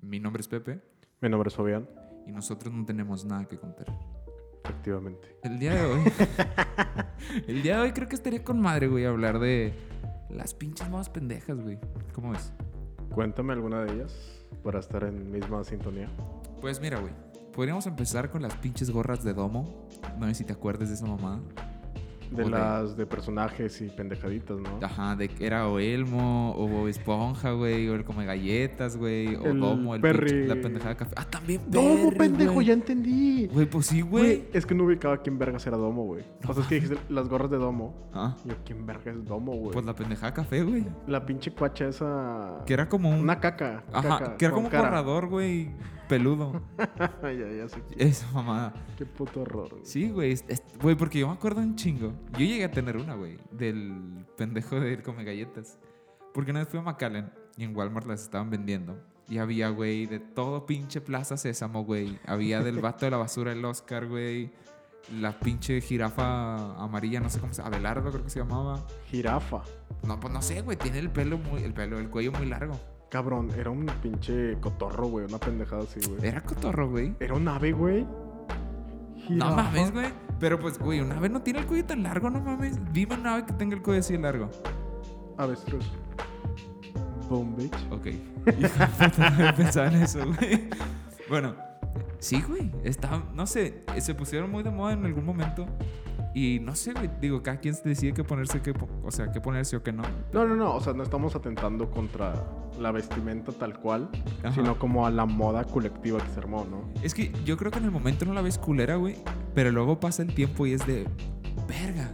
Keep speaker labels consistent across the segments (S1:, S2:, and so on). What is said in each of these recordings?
S1: Mi nombre es Pepe
S2: Mi nombre es Fabián,
S1: y nosotros no tenemos nada que contar.
S2: efectivamente.
S1: El día de hoy. el día de hoy creo que estaría con madre, güey, hablar de las pinches modas pendejas, güey. ¿Cómo es?
S2: Cuéntame alguna de ellas para estar en misma sintonía.
S1: Pues mira, güey. Podríamos empezar con las pinches gorras de domo. No sé si te acuerdas de esa mamada.
S2: De
S1: Ok. Ah.
S2: las de personajes y pendejaditas, ¿no?
S1: Ajá, de que era o Elmo, o Bob Esponja, güey, o el Come Galletas, güey, o
S2: El
S1: Domo, el
S2: Perry.
S1: pinche- la pendejada café. Ah, también,
S2: ¡Domo,
S1: Perry,
S2: pendejo!
S1: güey.
S2: ¡Ya entendí!
S1: Güey, pues sí, güey.
S2: Es que no ubicaba quién vergas era Domo, güey. O sea, es que dijiste las gorras de Domo.
S1: Ah,
S2: Yo, ¿quién verga es Domo, güey?
S1: pues la pendejada café, güey.
S2: la... pinche cuacha esa...
S1: Que era como un.
S2: Una caca.
S1: Ajá,
S2: caca
S1: que era
S2: con
S1: como un
S2: cara.
S1: corredor, güey, peludo.
S2: Ay, ya, ya sé.
S1: Esa mamada.
S2: Qué puto horror, güey.
S1: Sí, güey. es- es- Güey, porque yo me acuerdo un chingo. Yo llegué a tener una, güey, del pendejo de ir come galletas. Porque una vez fui a McAllen y en Walmart las estaban vendiendo. Y había, güey, de todo pinche Plaza Sésamo, güey. Había del vato de la basura el Oscar, güey. La pinche jirafa amarilla, no sé cómo se Abelardo creo que se llamaba.
S2: Jirafa.
S1: No, pues no sé, güey. Tiene el pelo muy... El pelo, el cuello muy largo.
S2: Cabrón, era un pinche cotorro, güey. Una pendejada así, güey.
S1: Era cotorro, güey.
S2: Era un ave, güey.
S1: Eh. No
S2: Jirafa.
S1: mames, güey. Pero pues, güey, una ave no tiene el cuello tan largo, no mames. Dime una ave que tenga el cuello así de largo.
S2: Avestruz. Boom, bitch.
S1: Ok. Yo pensaba en eso, güey. Bueno, sí, güey. Está, no sé, se pusieron muy de moda en algún momento. Y no sé, güey. Digo, cada quien decide qué ponerse, qué po- o sea, qué ponerse o qué no.
S2: No, no, no. O sea, no estamos atentando contra la vestimenta tal cual,
S1: Ajá.
S2: sino como a la moda colectiva que se armó, ¿no?
S1: Es que yo creo que en el momento no la ves culera, güey. Pero luego pasa el tiempo y es de. Verga.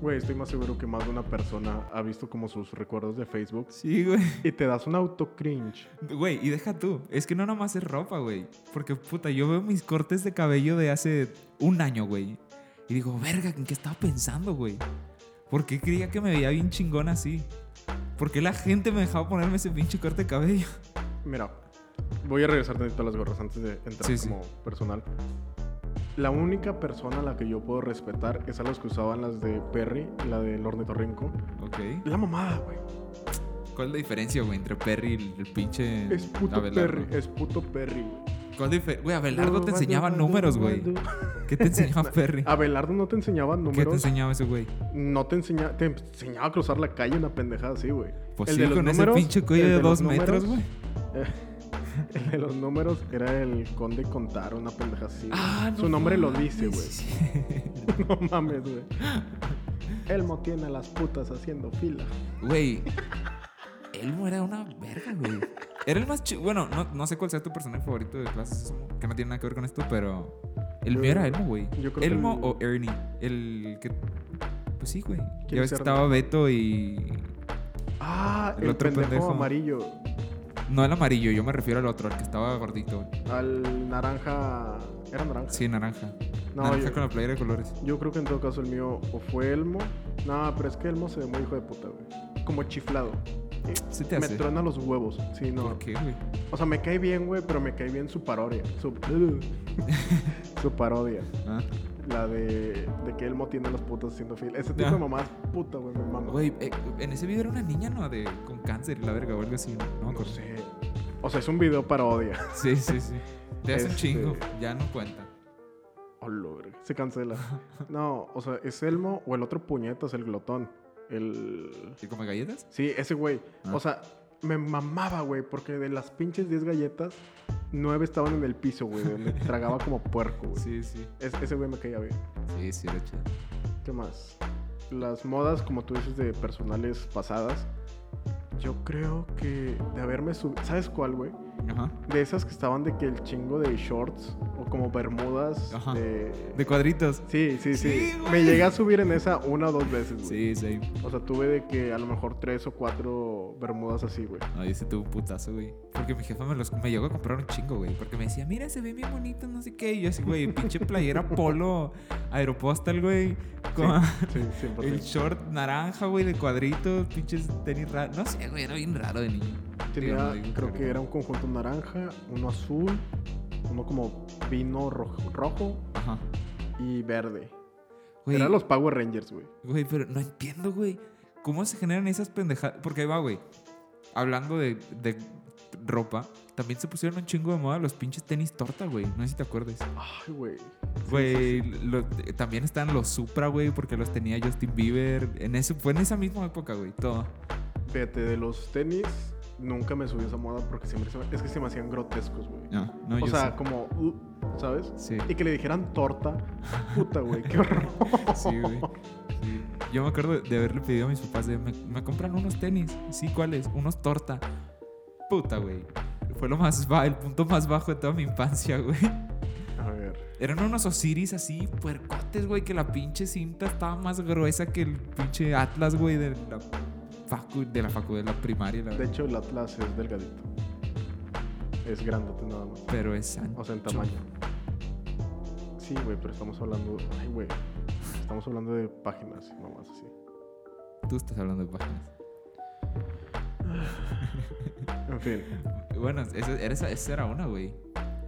S2: Güey, estoy más seguro que más de una persona ha visto como sus recuerdos de Facebook
S1: Sí, güey.
S2: y te das un auto cringe.
S1: Güey, y deja tú. Es que no nomás es ropa, güey. Porque, puta, yo veo mis cortes de cabello de hace un año, güey. Y digo, verga, ¿en qué estaba pensando, güey? ¿Por qué creía que me veía bien chingón así? ¿Por qué la gente me dejaba ponerme ese pinche corte de cabello?
S2: Mira, voy a regresar tantito a las gorras antes de entrar
S1: Sí, sí.
S2: como personal. La única persona a la que yo puedo respetar es a los que usaban las de Perry, la del ornitorrinco.
S1: Ok.
S2: La mamada, güey.
S1: ¿Cuál es la diferencia, güey, entre Perry y el- el pinche.
S2: Es puto
S1: Abelardo?
S2: Perry, es puto Perry, güey.
S1: ¿Cuál diferencia? Güey, Abelardo te enseñaba números, güey. ¿Qué te
S2: Ah,
S1: enseñaba Perry?
S2: Abelardo no te enseñaba
S1: ¿Qué te
S2: números.
S1: enseñaba ese güey?
S2: no te enseñaba, te enseñaba a cruzar la calle una pendejada así, güey.
S1: Pues
S2: El
S1: sí,
S2: de los
S1: con
S2: números,
S1: ese pinche cuello
S2: el
S1: de
S2: de los
S1: dos metros,
S2: números.
S1: güey.
S2: El de los números era el conde contar una pendeja así. güey.
S1: Ah, no
S2: Su nombre lo
S1: mames,
S2: dice,
S1: sí,
S2: güey.
S1: sí.
S2: No mames, güey. Elmo tiene a las putas haciendo fila.
S1: Güey, Elmo era una verga, güey. Era el más chido. Bueno, no, no sé cuál sea tu personaje favorito de clases, Sésamo, que no tiene nada que ver con esto, pero. El
S2: Yo-
S1: mío era Elmo, güey.
S2: yo creo que
S1: Elmo
S2: el-
S1: o Ernie. El que. Pues sí, güey.
S2: ¿Quién
S1: Ya ves
S2: es
S1: que
S2: Ernie?
S1: estaba Beto y.
S2: Ah,
S1: El
S2: el,
S1: otro
S2: pendejo,
S1: pendejo.
S2: amarillo.
S1: No el amarillo, yo me refiero al otro, al que estaba gordito, güey.
S2: Al naranja. ¿Era naranja?
S1: Sí, naranja.
S2: No,
S1: naranja
S2: yo-
S1: con la playera de colores.
S2: Yo creo que en todo caso el mío o fue Elmo. No, pero es que Elmo se ve muy hijo de puta, güey. Como chiflado.
S1: ¿Se te
S2: me
S1: hace?
S2: truena los huevos. Sí, no.
S1: ¿Por qué, güey?
S2: O sea, me cae bien, güey, pero me cae bien su parodia. Su, su parodia.
S1: Ah.
S2: La de, de que Elmo tiene las putas haciendo fila. Ese tipo
S1: Ya.
S2: de mamás, puta, güey, me mama.
S1: Güey, eh, en ese video era una niña, ¿no? De, con cáncer y la verga o algo así. No, me
S2: No
S1: acuerdo.
S2: sé. O sea, es un video parodia.
S1: Sí, sí, sí. Te hace un
S2: Este-
S1: chingo. Ya no cuenta.
S2: Hola, Oh, verga. Se cancela. No, o sea, es Elmo o el otro puñetas, el glotón. El.
S1: ¿Y come galletas?
S2: Sí, ese güey.
S1: Ah.
S2: O sea, me mamaba, güey, porque de las pinches 10 galletas, 9 estaban en el piso, güey. Me tragaba como puerco, güey.
S1: Sí, sí.
S2: Es- ese güey me caía bien.
S1: Sí, sí, era chido.
S2: ¿Qué más? Las modas, como tú dices, de personales pasadas. Yo creo que de haberme subido. ¿Sabes cuál, güey?
S1: Ajá.
S2: De esas que estaban de que el chingo de shorts o como bermudas.
S1: Ajá.
S2: De...
S1: De cuadritos.
S2: Sí, sí, sí.
S1: Sí,
S2: me
S1: güey.
S2: llegué a subir en esa una o dos veces, güey.
S1: Sí, sí.
S2: O sea, tuve de que a lo mejor tres o cuatro bermudas así, güey.
S1: No, yo se tuvo un putazo, güey. Porque mi jefa me, los, me llegó a comprar un chingo, güey. Porque me decía, mira, se ven bien bonitos, no sé qué. Y yo así, güey, pinche playera polo aeropostal, güey. Con
S2: Sí, 100%.
S1: el short naranja, güey, de cuadritos, pinches tenis raros. No sé, güey, era bien raro de niño.
S2: Tenía,
S1: Digo, no digo
S2: creo
S1: que-
S2: que era un conjunto naranja, uno azul, uno como vino rojo, rojo
S1: Ajá.
S2: y verde.
S1: Güey,
S2: Eran los Power Rangers, güey.
S1: Güey, pero no entiendo, güey. ¿Cómo se generan esas pendejadas? Porque ahí va, güey. Hablando de, de ropa, también se pusieron un chingo de moda los pinches tenis torta, güey. No sé si te acuerdas.
S2: Ay, güey.
S1: Güey, lo- eh, también están los Supra, güey, porque los tenía Justin Bieber. En ese, fue en esa misma época, güey, todo.
S2: Fíjate, de los tenis, nunca me subí a esa moda porque siempre se me- es que se me hacían grotescos, güey.
S1: No, no, yo
S2: o sea,
S1: sé.
S2: como, uh, ¿sabes?
S1: Sí,
S2: Y que le dijeran torta. Puta, güey, qué horror.
S1: sí, güey. Sí. Yo me acuerdo de haberle pedido a mis papás, de, me, me compran unos tenis. Sí, ¿cuáles? Unos torta. Puta, güey. Fue lo más ba- el punto más bajo de toda mi infancia, güey.
S2: A ver.
S1: Eran unos Osiris así, puercotes, güey, que la pinche cinta estaba más gruesa que el pinche Atlas, güey, de la facu, de la facu de la primaria, la
S2: De
S1: verdad.
S2: hecho, el Atlas es delgadito. Es grandote nada más.
S1: Pero es ancho.
S2: O sea, en tamaño. Sí, güey, pero estamos hablando. Ay, güey. Estamos hablando de páginas y mamás así.
S1: Tú estás hablando de páginas.
S2: En fin.
S1: Bueno, esa era, esa- esa era una, güey.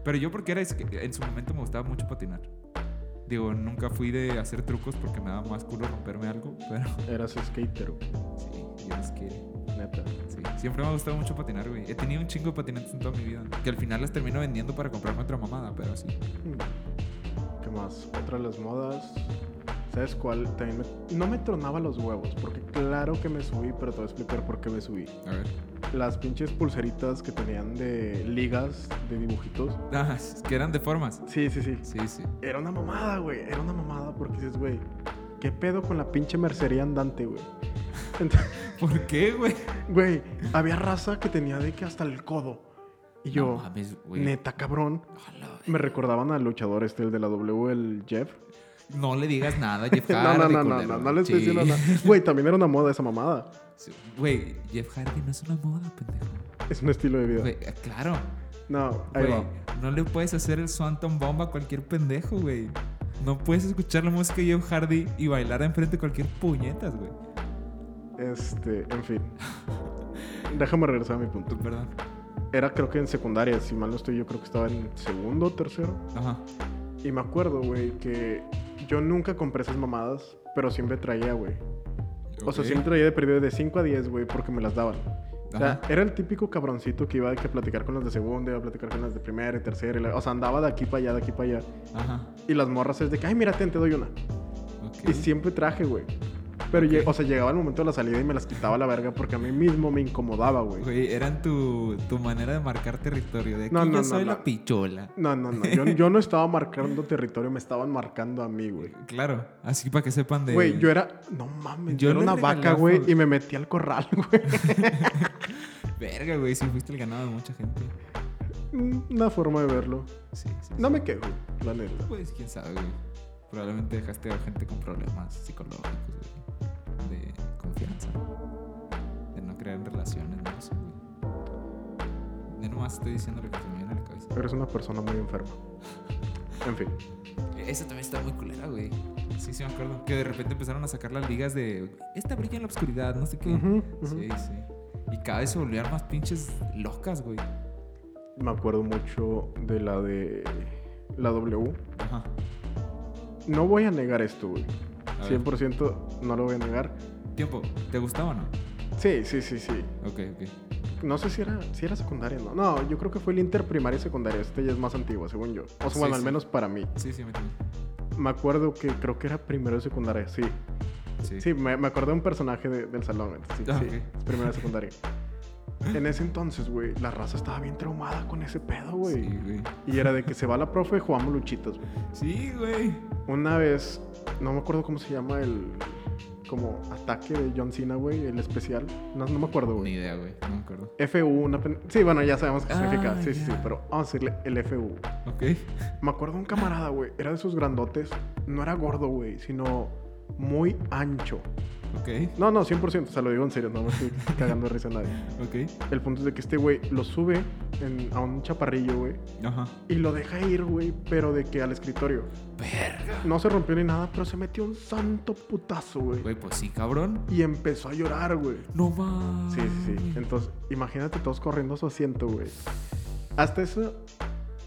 S1: Pero yo porque era, es que en su momento me gustaba mucho patinar. Digo, nunca fui de hacer trucos porque me daba más culo romperme algo, pero
S2: Eras skater, güey,
S1: sí, yo es que,
S2: neta.
S1: sí. Siempre me ha gustado mucho patinar, güey. He tenido un chingo de patinetes en toda mi vida, que al final las termino vendiendo para comprarme otra mamada, pero sí.
S2: Mm. ¿Qué más? Otra de las modas. ¿Sabes cuál? También me- No me tronaba los huevos, porque claro que me subí, pero te voy a explicar por qué me subí.
S1: A ver.
S2: Las pinches pulseritas que tenían de ligas, de dibujitos.
S1: Ah, es que eran de formas.
S2: Sí, sí, sí.
S1: Sí, sí.
S2: Era una mamada, güey. Era una mamada porque dices, güey, ¿qué pedo con la pinche mercería andante, güey? Entonces,
S1: ¿Por qué, güey?
S2: Güey, había raza que tenía de que hasta el codo. Y yo,
S1: No mames, güey.
S2: neta cabrón,
S1: Hola, güey.
S2: me recordaban al luchador este, el de la W, el Jeff.
S1: No le digas nada, Jeff
S2: No,
S1: Hardy.
S2: no, no, no,
S1: culero.
S2: no, no le estoy
S1: Sí.
S2: diciendo nada. Güey, también era una moda esa mamada.
S1: Sí, Güey, Jeff Hardy no es una moda, pendejo.
S2: Es un estilo de vida.
S1: Güey, ah, claro.
S2: No, ahí
S1: Güey,
S2: va.
S1: no le puedes hacer el Swanton Bomb a cualquier pendejo, güey. No puedes escuchar la música de Jeff Hardy y bailar enfrente de cualquier puñetas, güey.
S2: Este, en fin. Déjame regresar a mi punto.
S1: Perdón.
S2: Era creo que en secundaria, si mal no estoy, yo creo que estaba en segundo, tercero.
S1: Ajá.
S2: Y me acuerdo, güey, que yo nunca compré esas mamadas, pero siempre traía, güey. O sea,
S1: Ok.
S2: siempre traía de perdido de 5 a 10, güey, porque me las daban. O sea,
S1: Ajá.
S2: era el típico cabroncito que iba de que a platicar con las de segunda, iba a platicar con las de primera y tercera. y la- O sea, andaba de aquí para allá, de aquí para allá.
S1: Ajá.
S2: Y las morras es de que, ay, mira, ten, te doy una.
S1: Ok.
S2: Y siempre traje, güey. Pero, lle- o sea, llegaba el momento de la salida y me las quitaba a la verga porque a mí mismo me incomodaba, güey.
S1: Güey, eran tu, tu manera de marcar territorio. De aquí
S2: No, no,
S1: yo
S2: no,
S1: soy
S2: no.
S1: la pichola.
S2: No, no, no. Yo, yo no estaba marcando territorio, me estaban marcando a mí, güey.
S1: Claro, así para que sepan de.
S2: Güey, yo era. No mames,
S1: Yo
S2: yo, era
S1: le
S2: una
S1: regalé
S2: vaca,
S1: a
S2: güey,
S1: Fabio.
S2: y me metí al corral, güey.
S1: Verga, güey, si fuiste el ganado de mucha gente.
S2: Una forma de verlo.
S1: Sí, sí.
S2: No
S1: sí.
S2: me quejo, la neta.
S1: Pues quién sabe, güey. Probablemente dejaste a gente con problemas psicológicos, güey. De confianza. De no creer en relaciones, no sé, güey. Yo nomás estoy diciendo lo que se me viene a la cabeza.
S2: Eres una persona muy enferma. En fin.
S1: E, Esa también está muy culera, güey. Sí, sí, me acuerdo. Que de repente empezaron a sacar las ligas de. Esta brilla en la oscuridad, no sé qué.
S2: Ujú, ujú.
S1: Sí, sí. Y cada vez se volvían más pinches locas, güey.
S2: Me acuerdo mucho de la de la W.
S1: Ajá.
S2: No voy a negar esto, güey.
S1: A ver.
S2: 100% no lo voy a negar.
S1: Tiempo, ¿te gustaba o no?
S2: Sí, sí, sí, sí.
S1: Ok, ok.
S2: No sé si era, si era secundaria, no. No, yo creo que fue el interprimaria y secundaria. Esta ya es más antigua, según yo.
S1: Sí,
S2: O sea, bueno, al
S1: sí.
S2: menos para mí.
S1: Sí, sí, a mí también.
S2: Me acuerdo que creo que era primero de secundaria, sí.
S1: Sí.
S2: Sí, me, me acordé de un personaje de- del salón. Sí,
S1: Ah,
S2: sí.
S1: ok.
S2: Es primero de secundaria. En ese entonces, güey, la raza estaba bien traumada con ese pedo, güey.
S1: Sí, güey.
S2: Y era de que se va la profe, jugamos luchitas, güey.
S1: Sí, güey.
S2: Una vez, no me acuerdo cómo se llama el como ataque de John Cena, güey, el especial. No, no me acuerdo,
S1: Ni
S2: güey.
S1: idea, güey. No me acuerdo.
S2: FU, una pen- Sí, bueno, ya sabemos qué
S1: Ah,
S2: significa. Sí, sí, sí,
S1: ya.
S2: pero vamos a decirle el FU.
S1: Ok.
S2: Me acuerdo un camarada, güey, era de esos grandotes. No era gordo, güey, sino muy ancho.
S1: Ok.
S2: No, no, 100%, o sea, lo digo en serio, no me estoy cagando de risa a nadie.
S1: Ok.
S2: El punto es de que este güey lo sube en- a un chaparrillo, güey,
S1: Ajá.
S2: y lo deja ir, güey, pero de que al escritorio.
S1: Verga.
S2: No se rompió ni nada, pero se metió un santo putazo, güey.
S1: Güey, pues sí, cabrón.
S2: Y empezó a llorar, güey.
S1: No más.
S2: Sí, sí, sí. Entonces, imagínate todos corriendo a su asiento, güey. Hasta eso,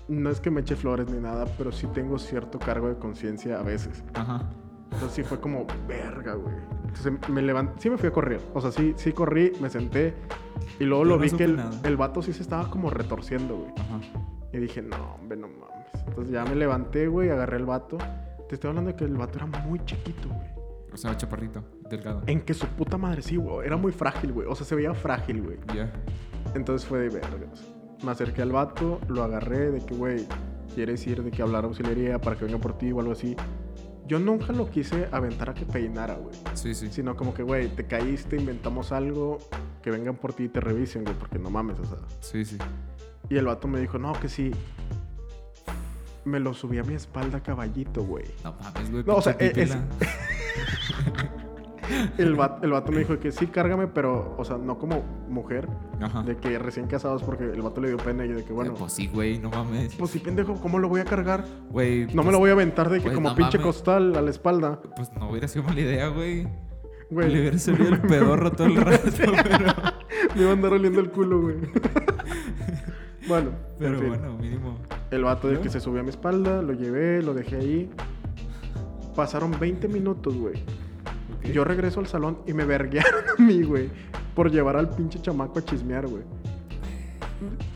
S2: no es que me eche flores ni nada, pero sí tengo cierto cargo de conciencia a veces.
S1: Ajá.
S2: Entonces sí fue como, verga, güey. se- me levanté, sí me fui a correr. O sea, sí, sí corrí, me senté. Y luego
S1: Yo
S2: lo
S1: no
S2: vi
S1: supe
S2: que el,
S1: nada.
S2: el vato sí se estaba como retorciendo, güey.
S1: Ajá.
S2: Y dije, no, hombre, no mames. Entonces ya me levanté, güey, agarré el vato. Te estoy hablando de que el vato era muy chiquito, güey.
S1: O sea, chaparrito, delgado.
S2: En que su puta madre sí, güey. Era muy frágil, güey. O sea, se veía frágil, güey.
S1: Ya.
S2: Entonces fue de vergas. Me acerqué al vato, lo agarré de que, güey, quieres ir de que hablar a auxilería para que venga por ti o algo así. Yo nunca lo quise aventar a que peinara, güey.
S1: Sí, sí.
S2: Sino como que, güey, te caíste, inventamos algo, que vengan por ti y te revisen, güey, porque no mames, o sea.
S1: Sí, sí.
S2: Y el vato me dijo, no, que sí. Me lo subí a mi espalda, caballito, güey.
S1: No mames, güey.
S2: No, o sea,
S1: pinche
S2: eh, es-
S1: pipila.
S2: El, va- el vato me dijo que sí, cárgame, pero, o sea, no como mujer,
S1: Ajá.
S2: de que recién casados, porque el vato le dio pena y yo de que, bueno,
S1: Eh, pues Ah. sí, güey, no mames.
S2: pues sí, pendejo, ¿cómo lo voy a cargar?
S1: Güey.
S2: No me lo voy a aventar de que
S1: Pues,
S2: como
S1: no
S2: pinche
S1: mames.
S2: costal a la espalda,
S1: a. Pues no hubiera sido mala idea, güey.
S2: güey.
S1: Le hubiera salido el pedorro todo el rato, pero.
S2: Me iba a andar oliendo el culo, güey. bueno,
S1: Pero
S2: en fin.
S1: bueno, mínimo.
S2: El vato de
S1: ¿No?
S2: que se subió a mi espalda, lo llevé, lo dejé ahí. Pasaron 20 minutos, güey.
S1: ok.
S2: Yo regreso al salón y me verguearon a mí, güey, por llevar al pinche chamaco a chismear, güey.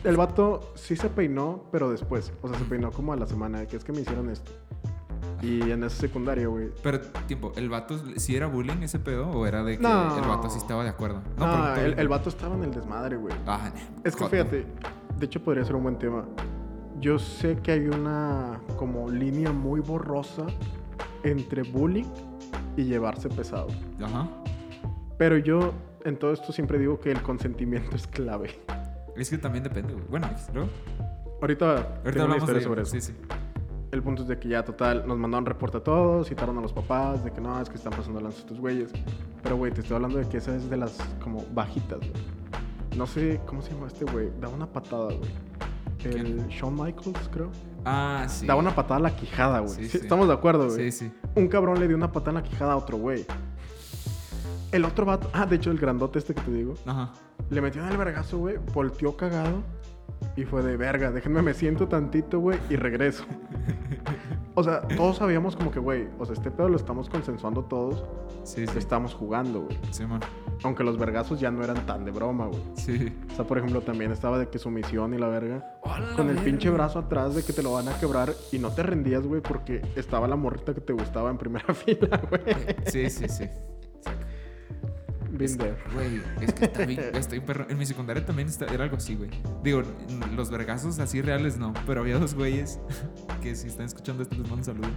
S2: El vato sí se peinó, pero después. O sea, se peinó como a la semana, de que es que me hicieron esto. Y en esa secundaria, güey.
S1: Pero, tiempo, ¿el vato sí era bullying ese pedo o era de que
S2: No.
S1: el vato sí estaba de acuerdo?
S2: No,
S1: pregunto,
S2: Ah, el,
S1: güey.
S2: el vato estaba en el desmadre, güey.
S1: Ah,
S2: Es que
S1: joto.
S2: fíjate, de hecho podría ser un buen tema. Yo sé que hay una como línea muy borrosa entre bullying y llevarse pesado.
S1: Ajá.
S2: Pero yo en todo esto siempre digo que el consentimiento es clave.
S1: Es que también depende, güey. Bueno, X, luego.
S2: Ahorita,
S1: Ahorita
S2: tengo una
S1: hablamos
S2: historia
S1: de
S2: sobre eso.
S1: Sí, sí.
S2: El punto es de que ya, total, nos mandaron reporte a todos, citaron a los papás, de que no, es que están pasando lanzas estos güeyes. Pero, güey, te estoy hablando de que esa es de las, como, bajitas, güey. No sé, ¿cómo se llama este güey? Da una patada, güey. El
S1: ¿Quién?
S2: Shawn Michaels, creo.
S1: Ah, sí.
S2: Da una patada a la quijada, güey.
S1: Sí,
S2: Sí,
S1: sí.
S2: Estamos de acuerdo, güey.
S1: Sí, sí.
S2: Un cabrón le dio una patada en la quijada a otro güey. El otro vato, ah, de hecho, el grandote este que te digo,
S1: Ajá.
S2: le metió en el vergazo, güey, volteó cagado y fue de verga, déjenme, me siento tantito, güey, y regreso. o sea, todos sabíamos como que, güey, o sea, este pedo lo estamos consensuando todos,
S1: Sí, sí.
S2: estamos jugando, güey.
S1: Sí, man.
S2: Aunque los vergazos ya no eran tan de broma, güey.
S1: Sí.
S2: O sea, por ejemplo, también estaba de que sumisión y la verga.
S1: Hola,
S2: Con el
S1: verga.
S2: pinche brazo atrás de que te lo van a quebrar y no te rendías, güey, porque estaba la morrita que te gustaba en primera fila, güey.
S1: Sí, sí, sí.
S2: Been there.
S1: Güey, es que está bien, está bien perro. En mi secundaria también está- era algo así, güey. Digo, n- los vergazos así reales no, pero había dos güeyes que si están escuchando esto les mando un saludo.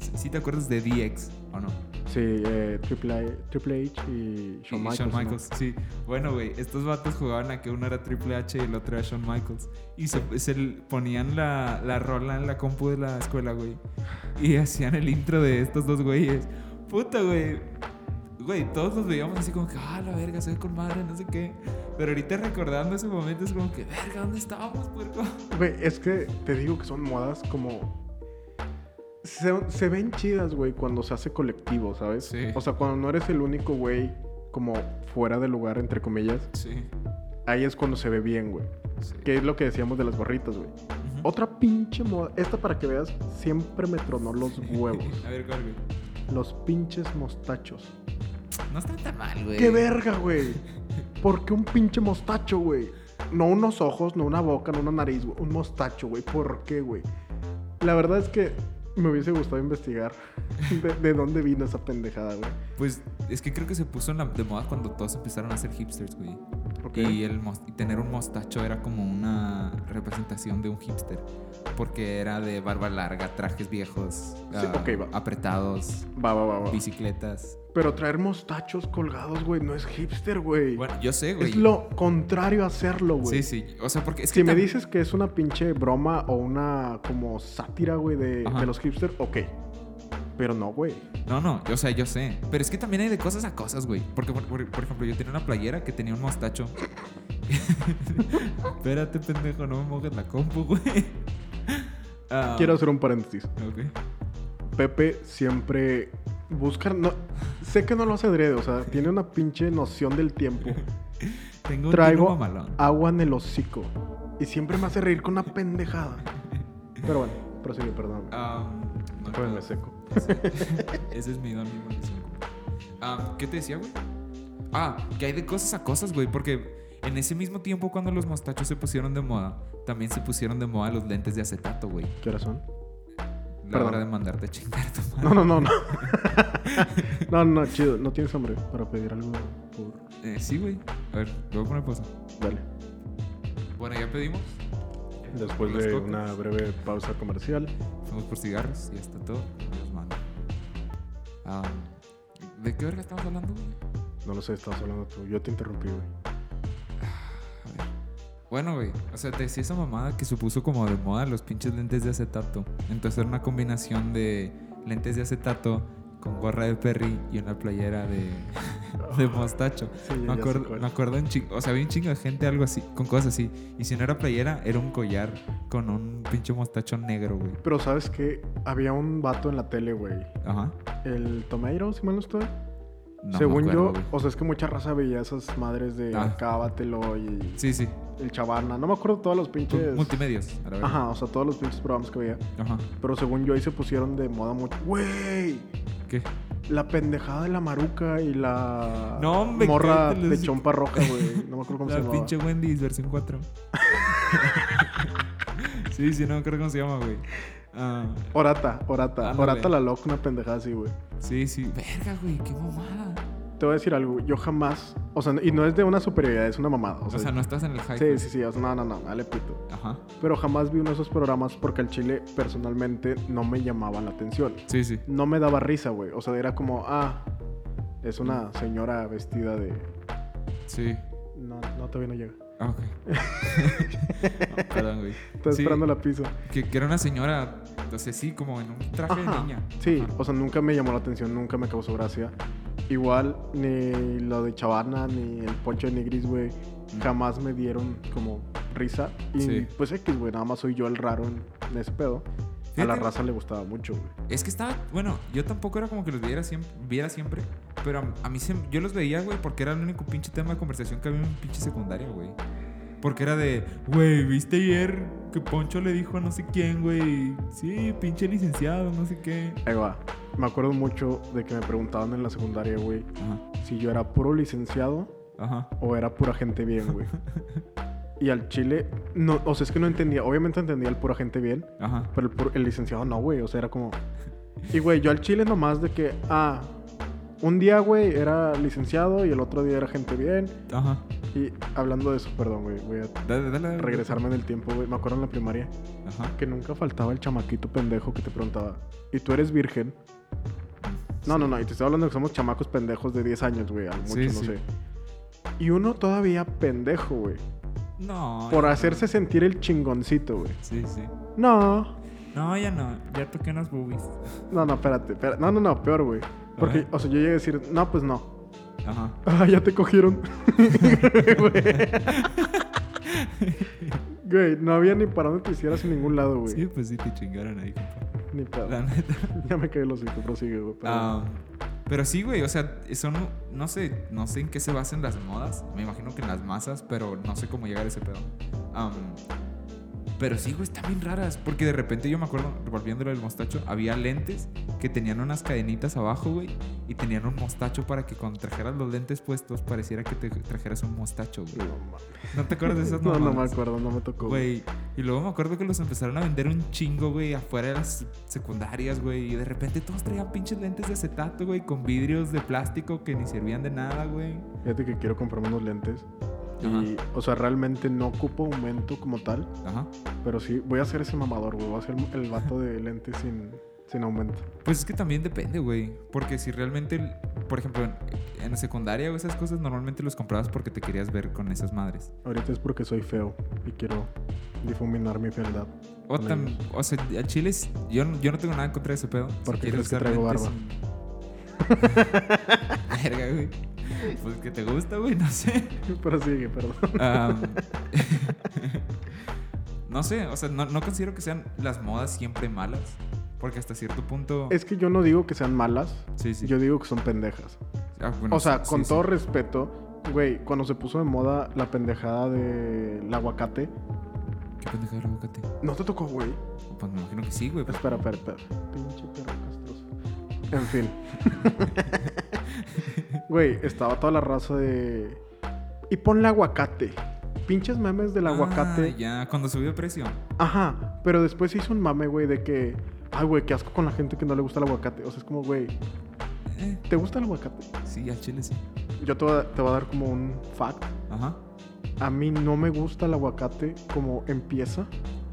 S1: Si si te acuerdas de DX o no?
S2: Sí, eh, Triple, A- Triple H y Shawn
S1: Y- y
S2: Michaels.
S1: Shawn
S2: ¿no?
S1: Michaels, sí. Bueno, güey, estos vatos jugaban a que uno era Triple H y el otro era Shawn Michaels. Y se, se l- ponían la, la rola en la compu de la escuela, güey. Y hacían el intro de estos dos güeyes. Puta, güey. Güey, todos los veíamos así como que, ah, la verga, soy con madre, no sé qué. Pero ahorita recordando ese momento es como que, verga, ¿dónde estábamos, puerco?
S2: Güey, es que te digo que son modas como... Se, se ven chidas, güey, cuando se hace colectivo, ¿sabes?
S1: Sí.
S2: O sea, cuando no eres el único, güey, como fuera de lugar, entre comillas,
S1: Sí,
S2: ahí es cuando se ve bien, güey.
S1: sí.
S2: Que es lo que decíamos de las gorritas, güey.
S1: Ujú.
S2: Otra pinche moda, esta para que veas, siempre me tronó los huevos.
S1: A ver, ¿cuál, güey?
S2: los pinches mostachos.
S1: No está tan mal, güey.
S2: ¡Qué verga, güey! ¿Por qué un pinche mostacho, güey? No unos ojos, no una boca, no una nariz, güey. Un mostacho, güey. ¿Por qué, güey? La verdad es que me hubiese gustado investigar de, de dónde vino esa pendejada, güey.
S1: Pues es que creo que se puso en la, de moda cuando todos empezaron a ser hipsters, güey.
S2: Ok.
S1: Y el mos- y tener un mostacho era como una representación de un hipster. Porque era de barba larga, trajes viejos,
S2: Sí,
S1: ah,
S2: ok, va.
S1: apretados,
S2: Va, va, va, va.
S1: bicicletas.
S2: Pero traer mostachos colgados, güey, no es hipster, güey.
S1: Bueno, yo sé, güey.
S2: es lo contrario a hacerlo,
S1: Sí,
S2: güey.
S1: sí. O sea, porque es que.
S2: Si me
S1: tam-
S2: dices que es una pinche broma o una como sátira, güey, de,
S1: Ajá.
S2: de los hipsters, ok. Pero no, güey.
S1: No, no, o sea, yo sé. Pero es que también hay de cosas a cosas, güey. Porque, por, por- por ejemplo, yo tenía una playera que tenía un mostacho. Espérate, pendejo, no me mojes la compu, güey. Ah,
S2: Quiero hacer un paréntesis.
S1: ok.
S2: Pepe siempre busca. No, sé que no lo hace adrede, o sea, tiene una pinche noción del tiempo.
S1: Tengo un
S2: Traigo-
S1: traigo mamalón.
S2: Agua en el hocico. Y siempre me hace reír con una pendejada. Pero bueno, prosigue, perdón.
S1: Ah, no
S2: Pues
S1: puedo.
S2: me seco.
S1: Ese es mi don, mi maldición. Ah, ¿Qué te decía, güey? Ah, que hay de cosas a cosas, güey, porque en ese mismo tiempo cuando los mostachos se pusieron de moda, también se pusieron de moda los lentes de acetato, güey.
S2: ¿Qué horas son?
S1: La
S2: Perdón.
S1: hora de mandarte a chingar a tu madre.
S2: No, no, no, no. no, no, chido. No tienes hambre para pedir algo por...
S1: Eh, sí, güey. A ver, le voy a poner pausa.
S2: Dale.
S1: Bueno, ya pedimos.
S2: Después
S1: Los
S2: de
S1: cócteles.
S2: una breve pausa comercial.
S1: Fuimos por cigarros y ya está todo. Dios manda. Ah, ¿De qué verga estamos hablando, güey?
S2: No lo sé, estabas hablando tú. Yo te interrumpí, güey.
S1: Bueno, güey, o sea, te decía esa mamada que se puso como de moda los pinches lentes de acetato. Entonces era una combinación de lentes de acetato con gorra de perry y una playera de, de mostacho.
S2: Sí,
S1: Me,
S2: ya- ya sé
S1: acuerdo,
S2: cuál.
S1: me acuerdo un chingo, o sea, había un chingo de gente algo así, con cosas así. Y si no era playera, era un collar con un pinche mostacho negro, güey.
S2: Pero sabes que había un vato en la tele, güey.
S1: Ajá.
S2: El Tomeiro, si mal no estoy.
S1: No me
S2: Según
S1: acuerdo,
S2: yo,
S1: güey.
S2: o sea, es que mucha raza veía esas madres de
S1: Ah.
S2: Acábatelo y
S1: Sí, sí.
S2: el Chavana. No me acuerdo todos los pinches.
S1: Multimedios. a la verga.
S2: Ajá, o sea, todos los pinches programas que veía.
S1: Ajá.
S2: Pero según yo, ahí se pusieron de moda mucho. ¡Güey!
S1: ¿Qué?
S2: La pendejada de la maruca y la
S1: No, hombre,
S2: morra
S1: cállate,
S2: de
S1: Lucy.
S2: chompa roja, güey. No me acuerdo cómo se
S1: La
S2: llamaba.
S1: pinche Wendy's versión 4. sí, sí, no me acuerdo cómo se llama, güey. Ah,
S2: Orata, orata.
S1: Ándale.
S2: Orata la loca, una pendejada así, güey.
S1: sí, sí. Verga, güey, qué mamada.
S2: Te voy a decir algo, yo jamás. O sea, y no es de una superioridad, es una mamada. O
S1: O
S2: sea,
S1: sea, no estás en el hype.
S2: sí,
S1: güey.
S2: sí, sí. O sea, no, no, no, dale pito.
S1: Ajá.
S2: Pero jamás vi uno de esos programas porque al chile personalmente no me llamaban la atención.
S1: Sí, sí.
S2: No me daba risa, güey. O sea, era como, ah, es una señora vestida de.
S1: Sí.
S2: No, no, todavía no llega.
S1: Ah, ok. No, perdón, güey.
S2: Está
S1: Sí,
S2: esperando la piso.
S1: que, que era una señora, entonces sí, como en un traje de
S2: Ajá.
S1: niña.
S2: Sí,
S1: Ajá.
S2: o sea, nunca me llamó la atención, nunca me causó gracia. Igual, ni lo de Chavana, ni el poncho de Nigris, güey,
S1: Mm.
S2: jamás me dieron como risa. Y
S1: Sí.
S2: pues X, güey, nada más soy yo el raro en, en ese pedo. A la
S1: Fíjate.
S2: raza le gustaba mucho, güey.
S1: Es que estaba, bueno, yo tampoco era como que los viera siempre, viera siempre pero a, a mí se- yo los veía, güey, porque era el único pinche tema de conversación que había en pinche secundaria, güey. Porque era de, güey, ¿viste ayer que Poncho le dijo a no sé quién, güey? Sí, pinche licenciado, no sé qué.
S2: Ahí va. Me acuerdo mucho de que me preguntaban en la secundaria, güey,
S1: Ajá,
S2: si yo era puro licenciado
S1: ajá.
S2: o era pura gente bien, güey. y al chile, no, o sea, es que no entendía. Obviamente entendía el pura gente bien,
S1: Ajá.
S2: Pero el, pur- el licenciado no, güey. O sea, era como. Y, güey, yo al chile nomás de que, ah, un día, güey, era licenciado y el otro día era gente bien.
S1: Ajá.
S2: Y hablando de eso, perdón, güey, voy a
S1: Dale, dale. dale.
S2: regresarme en el tiempo, güey. Me acuerdo en la primaria
S1: Ajá.
S2: que nunca faltaba el chamaquito pendejo que te preguntaba, ¿y tú eres virgen? No, no, no, y te estoy hablando que somos chamacos pendejos de 10 años, güey, a lo mucho,
S1: Sí,
S2: no
S1: sí.
S2: sé. Y uno todavía pendejo, güey,
S1: No.
S2: por
S1: ya no.
S2: hacerse sentir el chingoncito, güey.
S1: Sí, sí.
S2: No,
S1: No, ya no. Ya toqué unas boobies.
S2: No, no, espérate, espérate. No, no, no, peor, güey. Porque,
S1: Ajá.
S2: o sea, yo llegué a decir, no, pues no.
S1: Ajá.
S2: Ah, ya te cogieron. Güey. Güey, no había ni para dónde te hicieras en ningún lado, güey.
S1: Sí, pues sí, te chingaron ahí, compa.
S2: Ni para.
S1: La neta.
S2: Ya me caí los cinco, prosigue, güey. perdón.
S1: Ah, pero sí, güey, o sea, eso no, no sé, no sé en qué se basan las modas. Me imagino que en las masas, pero no sé cómo llegar a ese pedo. Am, pero sí, güey, están bien raras. Porque de repente yo me acuerdo, volviéndolo del mostacho, había lentes que tenían unas cadenitas abajo, güey, y tenían un mostacho para que cuando trajeras los lentes puestos pareciera que te trajeras un mostacho, güey.
S2: No, mames.
S1: ¿No te acuerdas de esas
S2: no, no me
S1: mamadas?
S2: acuerdo, no me tocó. güey.
S1: Güey, y luego me acuerdo que los empezaron a vender un chingo, güey, afuera de las secundarias, güey. Y de repente todos traían pinches lentes de acetato, güey, con vidrios de plástico que ni servían de nada, güey.
S2: Fíjate que quiero comprarme unos lentes.
S1: Ajá.
S2: Y, o sea, realmente no ocupo aumento como tal.
S1: Ajá.
S2: Pero sí, voy a ser ese mamador, güey. Voy a ser el vato de lentes sin, sin aumento.
S1: Pues es que también depende, güey. Porque si realmente, el- por ejemplo, en, en la secundaria o esas cosas, normalmente los comprabas porque te querías ver con esas madres.
S2: Ahorita es porque soy feo y quiero difuminar mi fealdad.
S1: O,
S2: Con
S1: tam-
S2: ellos.
S1: o sea, a chiles, yo, no- yo no tengo nada en contra de ese pedo.
S2: ¿Por qué
S1: quieres
S2: crees que
S1: usar
S2: traigo
S1: lentes
S2: barba?
S1: sin- Verga, güey. Pues que te gusta, güey, no sé.
S2: Pero sigue, perdón.
S1: Am, no sé, o sea, no, no considero que sean las modas siempre malas. Porque hasta cierto punto.
S2: Es que yo no digo que sean malas,
S1: sí, sí.
S2: yo digo que son pendejas.
S1: Ah, bueno,
S2: o sea,
S1: sí,
S2: con
S1: sí.
S2: todo respeto, güey, cuando se puso de moda la pendejada del aguacate,
S1: ¿Qué pendeja del aguacate?
S2: no te tocó, güey.
S1: Pues me imagino que sí, güey. pues,
S2: Espera, espera, espera. Pinche perro castroso. En fin, Güey, estaba toda la raza de. Y ponle aguacate. Pinches memes del
S1: Ah,
S2: aguacate.
S1: ya, cuando subió el precio.
S2: Ajá, pero después se hizo un mame, güey, de que. Ay, güey, qué asco con la gente que no le gusta el aguacate. O sea, es como, güey,
S1: Eh,
S2: ¿te gusta el aguacate?
S1: sí, al chile sí.
S2: Yo te voy, a, te voy a dar como un fact.
S1: Ajá,
S2: A mí no me gusta el aguacate como empieza.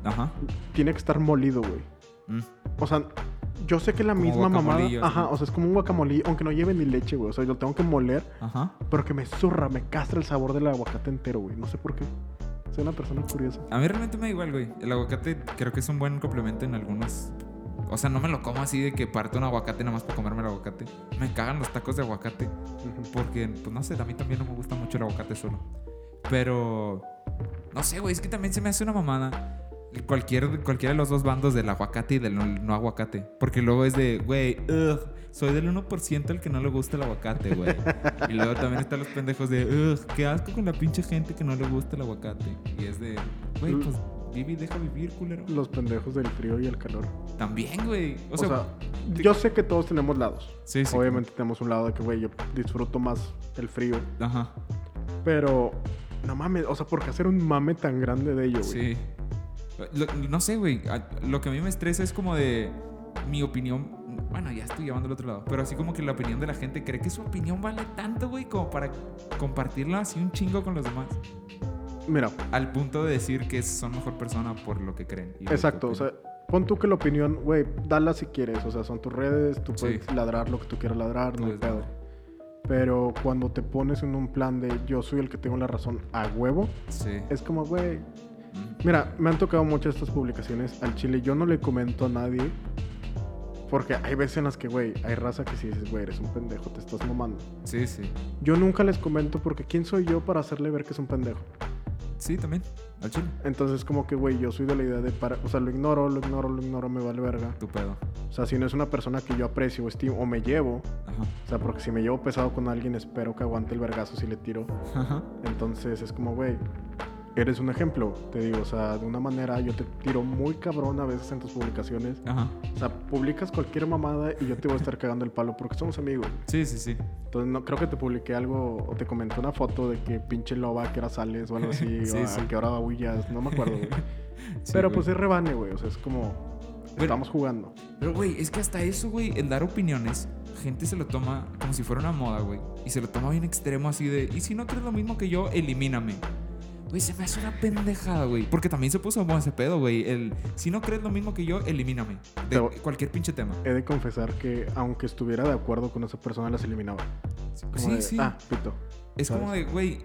S1: ajá.
S2: Tiene que estar molido, güey.
S1: Mm.
S2: O sea, yo sé que la
S1: Como
S2: misma mamada.
S1: guacamolillo,
S2: Ajá,
S1: ¿no?
S2: o sea, es como un guacamolí, aunque no lleve ni leche, güey. O sea, yo lo tengo que moler,
S1: Ajá.
S2: pero que me zurra, me castra el sabor del aguacate entero, güey. No sé por qué. Soy una persona curiosa.
S1: A mí realmente me da igual, güey. El aguacate creo que es un buen complemento en algunos. O sea, no me lo como así de que parto un aguacate nada más para comerme el aguacate. Me cagan los tacos de aguacate.
S2: Ujú.
S1: Porque, pues no sé, a mí también no me gusta mucho el aguacate solo. Pero, no sé, güey, es que también se me hace una mamada. Cualquier, cualquiera de los dos bandos del aguacate y del no, no aguacate. Porque luego es de, güey, ugh, soy del 1% el que no le gusta el aguacate, güey. y luego también están los pendejos de, ugh, qué asco con la pinche gente que no le gusta el aguacate. Y es de, güey, pues vive y deja vivir, culero.
S2: Los pendejos del frío y el calor.
S1: También, güey. O, sea,
S2: yo sé que todos tenemos lados.
S1: sí, sí.
S2: Obviamente tenemos un lado de que, güey, yo disfruto más el frío.
S1: Ajá.
S2: Pero, no mames, o sea, ¿por qué hacer un mame tan grande de ello, güey?
S1: Sí. Lo- no sé, güey. A- Lo que a mí me estresa es como de mi opinión. Bueno, ya estoy llevando al otro lado. Pero así como que la opinión de la gente cree que su opinión vale tanto, güey, como para compartirla así un chingo con los demás.
S2: Mira,
S1: Al punto de decir que son mejor persona por lo que creen. y lo que
S2: exacto, o sea,
S1: opinan.
S2: pon tú que la opinión, güey, dala si quieres, o sea, son tus redes, tú puedes
S1: Sí.
S2: ladrar lo que tú quieras ladrar, no hay
S1: Pues,
S2: pedo. Pero cuando te pones en un plan de yo soy el que tengo la razón a huevo,
S1: Sí.
S2: es como, güey,
S1: Mm.
S2: mira, me han tocado muchas estas publicaciones al chile, yo no le comento a nadie. Porque hay veces en las que, güey, hay raza que si dices, güey, eres un pendejo, te estás mamando.
S1: Sí, sí.
S2: Yo nunca les comento porque ¿quién soy yo para hacerle ver que es un pendejo?
S1: Sí, también. Al chile.
S2: Entonces como que, güey, yo soy de la idea de, para, o sea, lo ignoro, lo ignoro, lo ignoro, me vale verga.
S1: Tu pedo.
S2: O sea, si no es una persona que yo aprecio o estimo o me llevo,
S1: Ajá.
S2: o sea, porque si me llevo pesado con alguien, espero que aguante el vergazo si le tiro.
S1: Ajá.
S2: Entonces es como, güey, eres un ejemplo, te digo, o sea, de una manera yo te tiro muy cabrón a veces en tus publicaciones.
S1: Ajá.
S2: O sea, publicas cualquier mamada y yo te voy a estar cagando el palo porque somos amigos.
S1: Sí, sí, sí.
S2: Entonces no creo que te publiqué algo o te comenté una foto de que pinche loba, que hora sales o algo así,
S1: Sí,
S2: o
S1: sí.
S2: a qué hora huyas, no me acuerdo, güey.
S1: Sí,
S2: Pero
S1: güey.
S2: pues es rebane, güey, o sea, es como estamos jugando.
S1: Pero, güey, es que hasta eso, güey, el dar opiniones, gente se lo toma como si fuera una moda, güey. Y se lo toma bien extremo, así de, y si no crees lo mismo que yo, elimíname. Güey, se me hace una pendejada, güey. Porque también se puso como ese pedo, güey. El, si no crees lo mismo que yo, elimíname. De
S2: Pero- eh,
S1: cualquier pinche tema.
S2: He de confesar que aunque estuviera de acuerdo con esa persona, las eliminaba. Como
S1: Sí,
S2: de,
S1: sí.
S2: Ah, pito.
S1: es como de,
S2: ¿sabes?
S1: güey,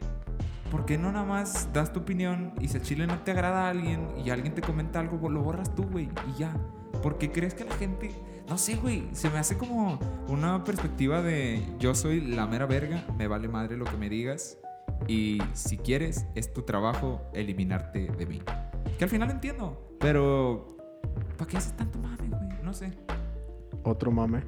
S1: ¿por qué no nada más das tu opinión y si al chile no te agrada a alguien y alguien te comenta algo, lo borras tú, güey, y ya? ¿Por qué crees que la gente.? No sé, güey, se me hace como una perspectiva de yo soy la mera verga, me vale madre lo que me digas y si quieres, es tu trabajo eliminarte de mí. Que al final entiendo, pero ¿para qué haces tanto mame, güey? No sé.
S2: Otro mame,